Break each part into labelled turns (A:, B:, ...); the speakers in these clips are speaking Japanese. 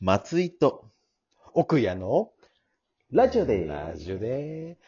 A: 松井と、
B: 奥屋のラジオで
A: ラジオで、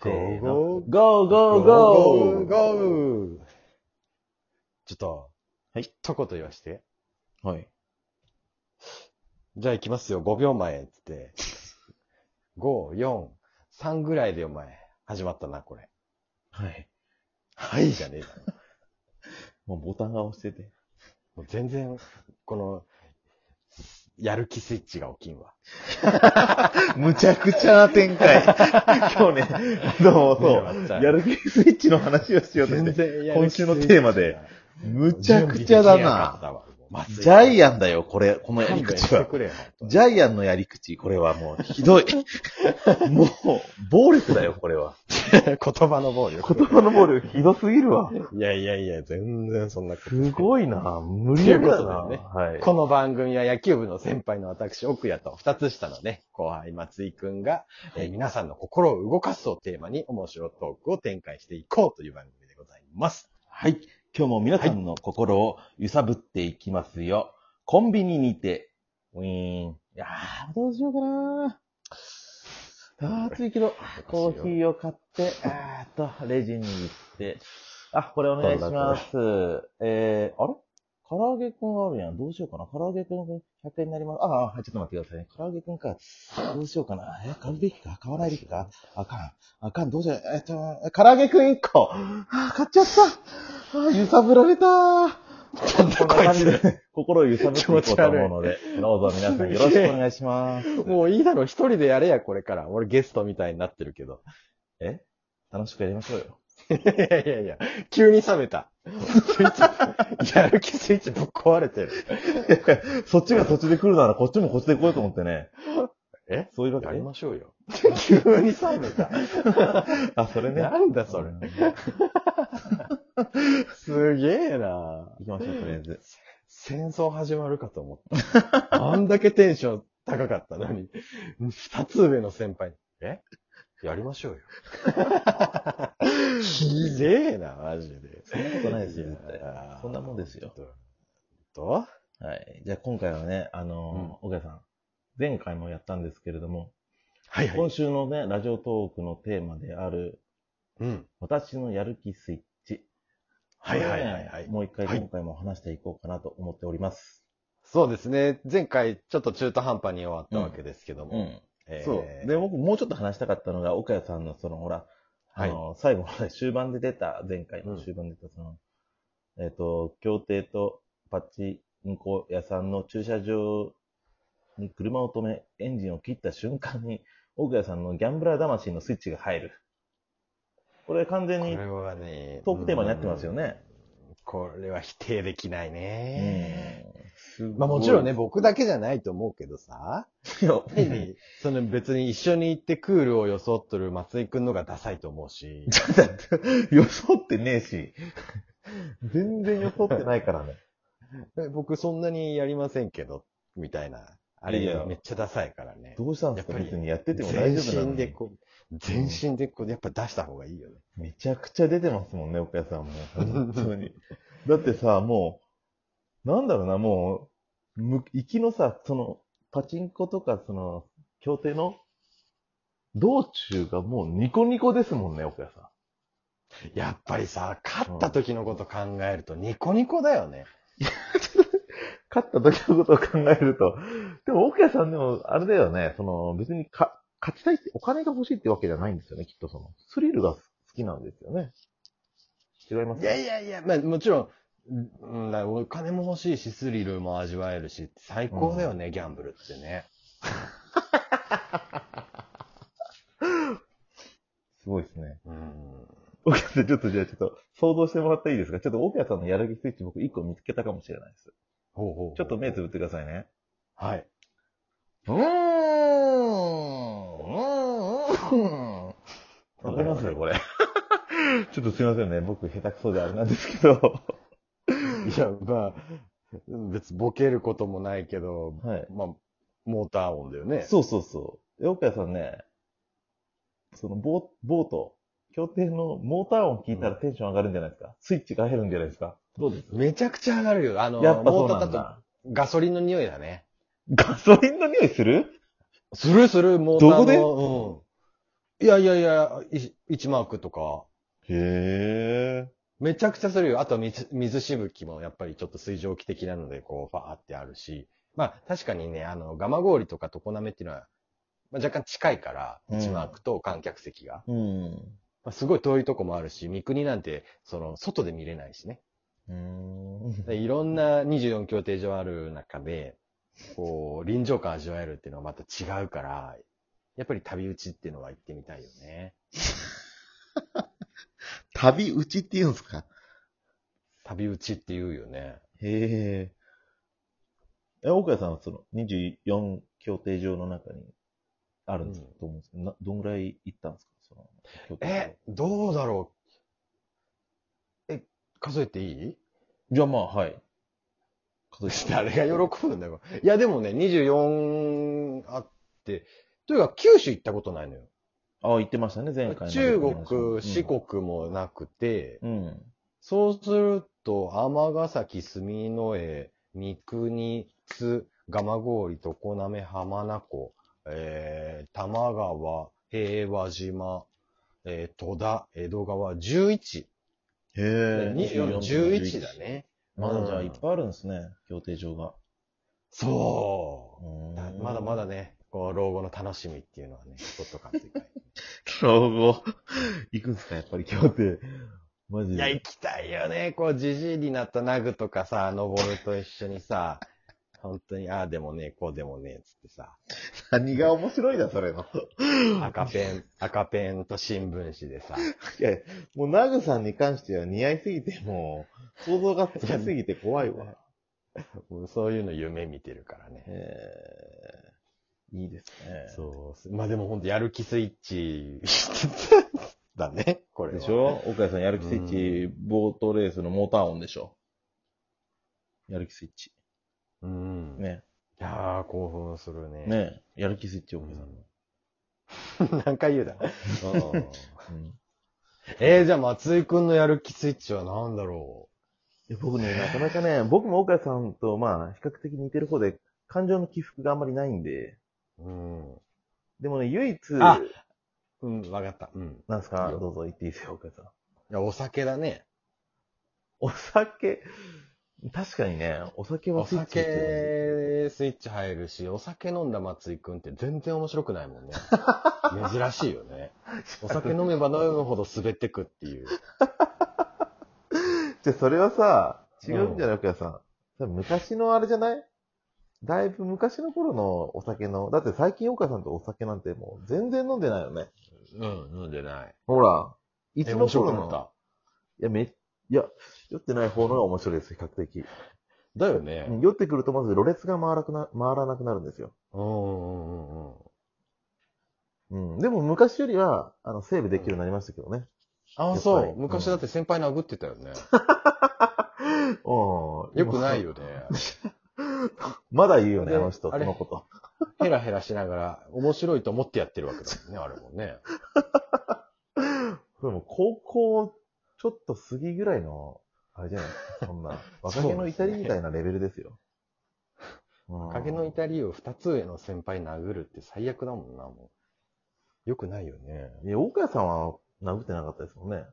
B: ゴーゴー
A: ゴー
B: ゴ
A: ゴ
B: ー
A: ー
B: ゴ
A: ゴ
B: ー
A: ー
B: ゴーちょっと、
A: はい
B: 一言言わして。
A: はい。
B: じゃあ行きますよ、5秒前っつって。5、4、3ぐらいでお前、始まったな、これ。
A: はい。
B: はいじゃねえだろ。
A: もうボタンが押してて。
B: もう全然、この、やる気スイッチが起きんわ。
A: むちゃくちゃな展開。 今日ね、どうも
B: ねえ
A: そ
B: まっ
A: う
B: ちゃん
A: やる気スイッチの話をしようと
B: 全
A: してて。
B: 然やる
A: 今
B: 気ス
A: 週
B: イッチが
A: のテーマで。むちゃくちゃだな。
B: 準備できなかったわ。
A: ジャイア
B: ア
A: ンだよ、これ、このやり口は。ジャイ アンのやり口、これはもう、ひどい。 もう、暴力だよ、これは。
B: 言葉の暴力。
A: 言葉の暴力、ひどすぎるわ。
B: いやいやいや、全然そんな。
A: すごいな無
B: 理
A: 理
B: や
A: や
B: り
A: り
B: だ
A: だ
B: な
A: な。はい。
B: この番組は野球部の先輩の私、奥谷と二つ下のね、後輩松井くんが、えー皆さんの心を動かすをテーマに面白トークを展開していこうという番組でございます。
A: はい。今日も皆さんの心を揺さぶっていきますよ。コンビニにて、ウィーン。いやー、どうしようかなあー、暑いけど、コーヒーを買って、あーっと、レジに行って、あ、これお願いします。えー、あれ唐揚げくんあるやん。どうしようかな。唐揚げくん100円になります。ああ、はいちょっと待ってくださいね。唐揚げくんか。どうしようかな。え、買うべきか買わないべきかあかん。あかん。どうしよう。えっと、唐揚げくん1個。あー買っちゃった。あー揺さぶられた。こんな感じで、心を揺さぶっていこうと思うので、どうぞ皆さんよろしくお願いします。
B: もういいだろ、一人でやれや、これから。俺ゲストみたいになってるけど。
A: え楽しくやりましょうよ。
B: いやいやいや、急に冷めた。スイッチ、やる気スイッチぶっ壊れてる。
A: そっちがそっちで来るならこっちもこっちで来ようと思ってね。
B: え
A: そういうわけ
B: やりましょ うよ。
A: 急に冷めた。あ、それね。
B: なんだ それ
A: う。ん
B: すげえな
A: 行きましょう、とりあえず。
B: 戦争始まるかと思った。あんだけテンション高かったのに、二つ上の先輩に、えやりましょう よ。ひでえな、マジで。
A: そんなことないですよ、絶対
B: やー。
A: そんなもんですよ。。
B: と
A: はい。じゃあ今回はね、あのー、岡、さん。前回もやったんですけれども、
B: はいはい。
A: 今週のね、ラジオトークのテーマである、
B: うん。
A: 私のやる気スイッチ。
B: はいはいはいは
A: これをね
B: い。
A: もう一回
B: はい
A: 今回も話していこうかなと思っております。
B: そうですね。前回、ちょっと中途半端に終わったわけですけども。
A: うん。
B: えー
A: そう。で、僕もうちょっと話したかったのが、岡谷さんのその、ほら、
B: は
A: あ
B: い。
A: の、最後まで終盤で出た、前回の終盤で出た、その、えっ、と、協定とパッチンコ屋さんの駐車場に車を止め、エンジンを切った瞬間に、奥谷さんのギャンブラー魂のスイッチが入る。これ完全
B: こ
A: に
B: れ、はね、
A: トークテーマになってますよね
B: うん。これは否定できないね。
A: うん
B: まあもちろ んね、、僕だけじゃないと思うけどさ、
A: すごい
B: 変に、その別に一緒に行ってクールを装っとる松井くんのがダサいと思うし、
A: だって、よそってねえし。全然よそってないからね。
B: え僕そんなにやりませんけど、みたいな、あれ
A: いやいや
B: めっちゃダサいからね。
A: どうしたんですか
B: やっぱり
A: 別にやってても大
B: 全
A: 丈夫なの
B: 身で
A: に。
B: こう、全身でこう、やっぱ出した方がいいよね。
A: めちゃくちゃ出てますもんね、岡谷 さんも。本当に。だってさ、もう、なんだろうな、もう、む行きのさ、その、パチンコとか、その、協定の、道中がもうニコニコですもんね、岡谷さん。
B: やっぱりさ、勝った時のこと考えるとニコニコだよね。
A: 勝った時のことを考えると。でも、奥谷さんでも、あれだよね、その、別にか、勝ちたいって、お金が欲しいってわけじゃないんですよね、きっとその。スリルが好きなんですよね。違います
B: いやいやいや、まあもちろん、うん、だからお金も欲しいし、スリルも味わえるし、最高だよね、ギャンブルってね。
A: すごいですね。
B: うん。
A: 奥谷さん、ちょっとじゃあ、ちょっと、想像してもらっていいですかちょっと奥谷さんのやる気スイッチ、僕一個見つけたかもしれないです。
B: ほうほうほう
A: ちょっと目つぶってくださいね。
B: はい。
A: うーん、うーん、うーん。わかりますこれ。 ちょっとすいませんね。僕、下手くそであれなんですけ ど。
B: いや、まあ、別にボケることもないけど、
A: はい。
B: まあ、モーター音だよね。
A: そうそうそう。で、岡谷さんね、そのボ、ボート、協定のモーター音聞いたらテンション上がるんじゃないですか、スイッチが入るんじゃないですかどうです
B: めちゃくちゃ上がるよ。あの、
A: やっぱそ
B: モ
A: う
B: ータ
A: な
B: ー
A: ん
B: だと
A: だ。
B: ガソリンの匂いだね。
A: ガソリンの匂いする
B: するする、もう。
A: どこで
B: こでうん。いやいやいや、い1マークとか。
A: へえ。
B: めちゃくちゃするよ。あと水、水しぶきもやっぱりちょっと水蒸気的なので、こう、ファーってあるし。まあ、確かにね、あの、ガマ氷とか常滑っていうのは、まあ、若干近いから、
A: うん
B: 1マークと観客席が。
A: うん。
B: まあ、すごい遠いとこもあるし、三国なんて、その、外で見れないしね。
A: うん。
B: でいろんな24競艇場ある中で、こう、臨場感味わえるっていうのはまた違うから、やっぱり旅打ちっていうのは行ってみたいよね。
A: 旅打ちって言うんですか
B: 旅打ちって言うよね。
A: へえ。え、岡谷さんはその24協定場の中にあるんですか、
B: うん
A: と思うんですけど、などんぐらい行ったんですかその協定場
B: え、どうだろう。え、数えていい
A: じゃあまあ、はい。数えて
B: 誰が喜ぶんだよ。いや、でもね、24あって、というか九州行ったことないのよ。
A: ああ、言ってましたね、前回の。
B: 中国、四国もなくて、
A: うん。うん。
B: そうすると、尼崎、住之江、三国津、蒲郡、常滑、浜名湖、えー、玉川、平和島、えー、戸田、江戸川、11。
A: へえ。
B: 24、11だ。ね。
A: まだじゃあ
B: うん
A: いっぱいあるんですね、協定場が。
B: そうう。
A: ーん
B: まだまだ。ね、こう、老後の楽しみっていうのはね、ちょっとかってかい。
A: 老後、 行くんすか、やっぱり協定。マジで。
B: いや、行きたいよね。こう、じじいになったナグとかさ、ノボルと一緒にさ、本当に、ああでもねえ、こうでもねえ、つってさ、
A: 何が面白いだ、それの。
B: 赤ペン、赤ペンと新聞紙でさ、
A: いや、もうナグさんに関しては似合いすぎて、もう、想像がつきすぎて怖いわ。
B: もうそういうの夢見てるからね。
A: えー、いいですね。
B: そう。まあでもほんと、やる気スイッチ、だね、これは
A: でしょ岡谷さん、やる気スイッチ、ボートレースのモーター音でしょ。やる気スイッチ。
B: うん。
A: ね。
B: いやー、興奮するね。
A: ねやる気スイッチ、
B: う
A: 岡谷さん。
B: ん。 何回言うだ。うん
A: うん
B: えー、じゃあ松井くんのやる気スイッチは何だろ
A: いや僕ね、なかなかね、僕も岡谷さんと、まあ、比較的似てる方で、感情の起伏があんまりないんで、
B: ううん。
A: でもね、唯一、
B: あうん、わかった。うん。
A: なんすか
B: いいよ
A: どうぞ言っていいですよ、岡谷さん。
B: いや、お酒だね。
A: お酒、確かにね、お酒は
B: お
A: スイッチ入ってるんで
B: 酒、スイッチ入るし、お酒飲んだ松井くんって全然面白くないもんね。珍しい よね。お酒飲めば飲むほど滑ってくっていう。
A: じゃあそれはさ、違うんじゃない岡谷さん。多分昔のあれじゃないだいぶ昔の頃のお酒の、だって最近岡谷さんとお酒なんてもう全然飲んでないよね。
B: うん、飲んでない。
A: ほら、い
B: え、
A: つ
B: 面
A: の
B: 白く
A: 頃
B: なっ
A: の。
B: た。
A: いや、め、いや、酔ってない方のが面白いです、比較的。
B: だよね。
A: うん酔ってくるとまずろれつが回らくな回らなくなるんですよ。
B: うん、うん、うん、うん。
A: うん。でも昔よりは、あの、セーブできるようになりましたけどね。
B: あ、
A: やっ
B: そ
A: ぱり
B: う。昔だって先輩殴ってたよね。
A: お
B: よくない
A: よ。
B: よね。
A: まだ言うよね、
B: で
A: あの人、
B: あ
A: そ
B: れ
A: のこと。
B: ヘラヘラしながら、面白いと思ってやってるわけだもんね、あれもね。
A: でも、高校、ちょっと過ぎぐらいの、あれじゃないそん な、若気の至りみたいなレベルですよ。うん
B: 影の至りを二つ上の先輩殴るって最悪だもんな、もう。よくないよね。
A: いや、大川さんは殴ってなかったですもんね。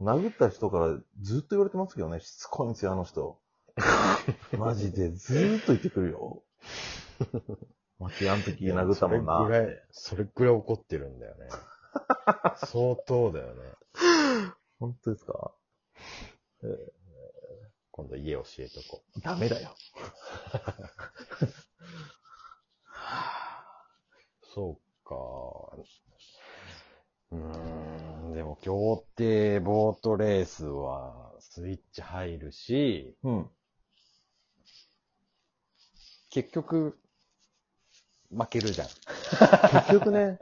A: 殴った人からずっと言われてますけどね、しつこいんですよ、あの 人。マジで、ずーっと言ってくるよ。マキ、あの時殴ったもん
B: それ
A: な。
B: ぐらい、それぐらい怒ってるんだよね。相当だよね。
A: 本当ですか
B: 今度家教えとこう。
A: ダメだよ。
B: そうか。うーん、でも競艇、ボートレースはスイッチ入るし、
A: うん。
B: 結局、負けるじゃん。
A: 結局ね、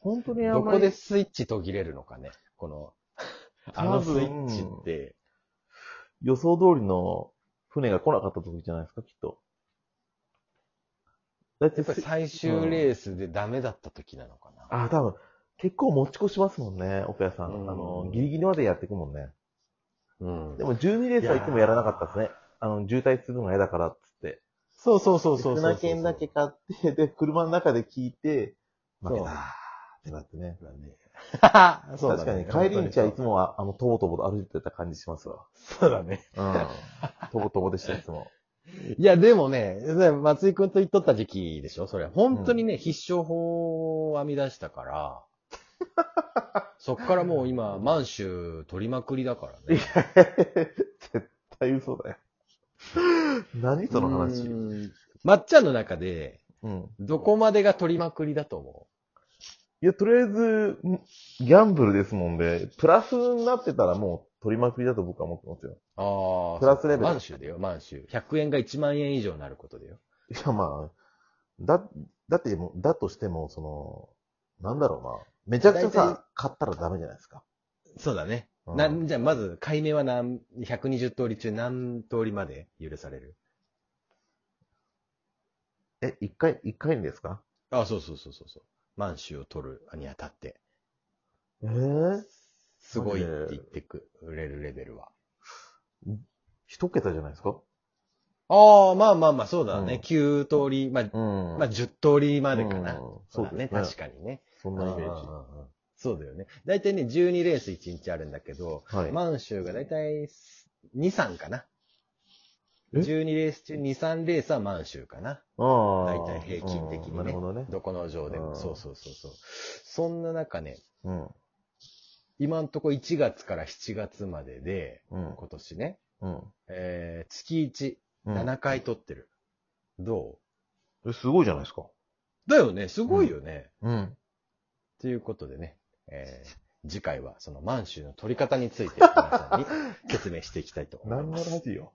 A: 本当にあん
B: ど
A: ま
B: こ
A: り
B: でスイッチ途切れるのかね。この、あのスイッチって、
A: 予想通りの船が来なかった時じゃないですか、きっと。だっ
B: や
A: て
B: っぱり最終レースでダメだった時なのかな。
A: あ、多分、結構持ち越しますもんね、オペラさん。
B: うん
A: あの、ギリギリまでやっていくもんね。
B: うん
A: でも12レースはいつもやらなかったですね。あの、渋滞するのが嫌だから、っつって。
B: そうそうそうそうそうそう。
A: 船券だけ買って、で、車の中で聞いて、負けたーってなってね。
B: そうだ
A: 確かに
B: ね。
A: 帰り道はいつ
B: も。
A: もは、あの、とぼとぼと歩いてた感じしますわ。
B: そうだね。
A: うん。とぼとぼでした、いつも。
B: いや、でもね、松井くんと言っとった時期でしょそれ。本当にね、必勝法を編み出した から、そっからもう今、満州取りまくりだからね。
A: 絶対嘘だよ。何その話。
B: う。
A: うん
B: まっちゃんの中で、
A: ん。
B: どこまでが取りまくりだと思
A: いや、とりあえず、んギャンブルですもんで、プラスになってたらもう取りまくりだと僕は思ってますよ。
B: うああ。
A: プラスレベル
B: 満州だよ、満州。100円が1万円以上になることだよ。
A: いや、まあ、だ、だってもう、だとしても、その、なんだろうな。めちゃくちゃ
B: 大体
A: さ、買ったらダメじゃないですか。
B: そうだね。
A: うん
B: な、じゃあまず、解明は何、120通り中何通りまで許される
A: え、一回、一回にですか
B: あ、そうそうそうそうそう。満州を取るにあたって、
A: ええ
B: すごいって言ってくれるレベルは。
A: 一桁じゃないですか
B: ああ、まあまあまあ、そうだね。
A: うん
B: 9通り、まあ、
A: うん
B: まあ、10通りまでか
A: う
B: な。
A: ん
B: そ
A: そうう
B: だ
A: だ
B: ね。
A: ね。
B: 確かにね。
A: そんなイメージ
B: うん。うんうんうんそうだよね。だいたいね、12レース1日あるんだけど、
A: はい。
B: 満州がだいたい2、3かな。
A: え
B: 12レース中2、3レースは満州かな。
A: ああ
B: 大体平均的にね
A: うんなるほどね。
B: どこの城で
A: う
B: も。
A: ん
B: そうそうそうそう。そんな中ね、
A: うん。
B: 今んとこ1月から7月までで、
A: うん。
B: 今年ね、
A: うん。
B: えー、月
A: う
B: 1、
A: ん
B: 7回撮ってる。ど
A: えすごいじゃないですか。
B: うだよね、すごいよね。
A: うん。
B: と、いうことでね、えー、次回はその満州の撮り方 について皆さんに説明していきたいと思い
A: 何
B: ま
A: の
B: す。
A: ラジオ